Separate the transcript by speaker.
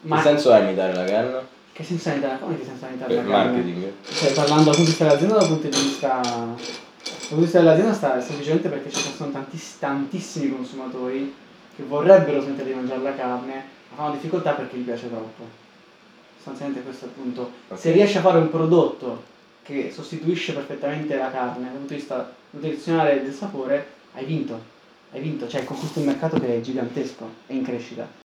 Speaker 1: Che
Speaker 2: Ma
Speaker 1: senso ha imitare la canna?
Speaker 2: che senso ne dà? Come che senso ne dà?
Speaker 1: Per
Speaker 2: magari?
Speaker 1: marketing.
Speaker 2: Cioè, parlando dal punto di vista dell'azienda o dal punto di vista... Dal punto di vista dell'azienda sta semplicemente perché ci sono tantiss- tantissimi consumatori che vorrebbero smettere di mangiare la carne, ma fanno difficoltà perché gli piace troppo. Sostanzialmente questo è il punto.
Speaker 1: Ok.
Speaker 2: Se riesci a fare un prodotto che sostituisce perfettamente la carne dal punto di vista nutrizionale e del sapore, hai vinto. Hai vinto, cioè hai conquistato un mercato che è gigantesco, è in crescita.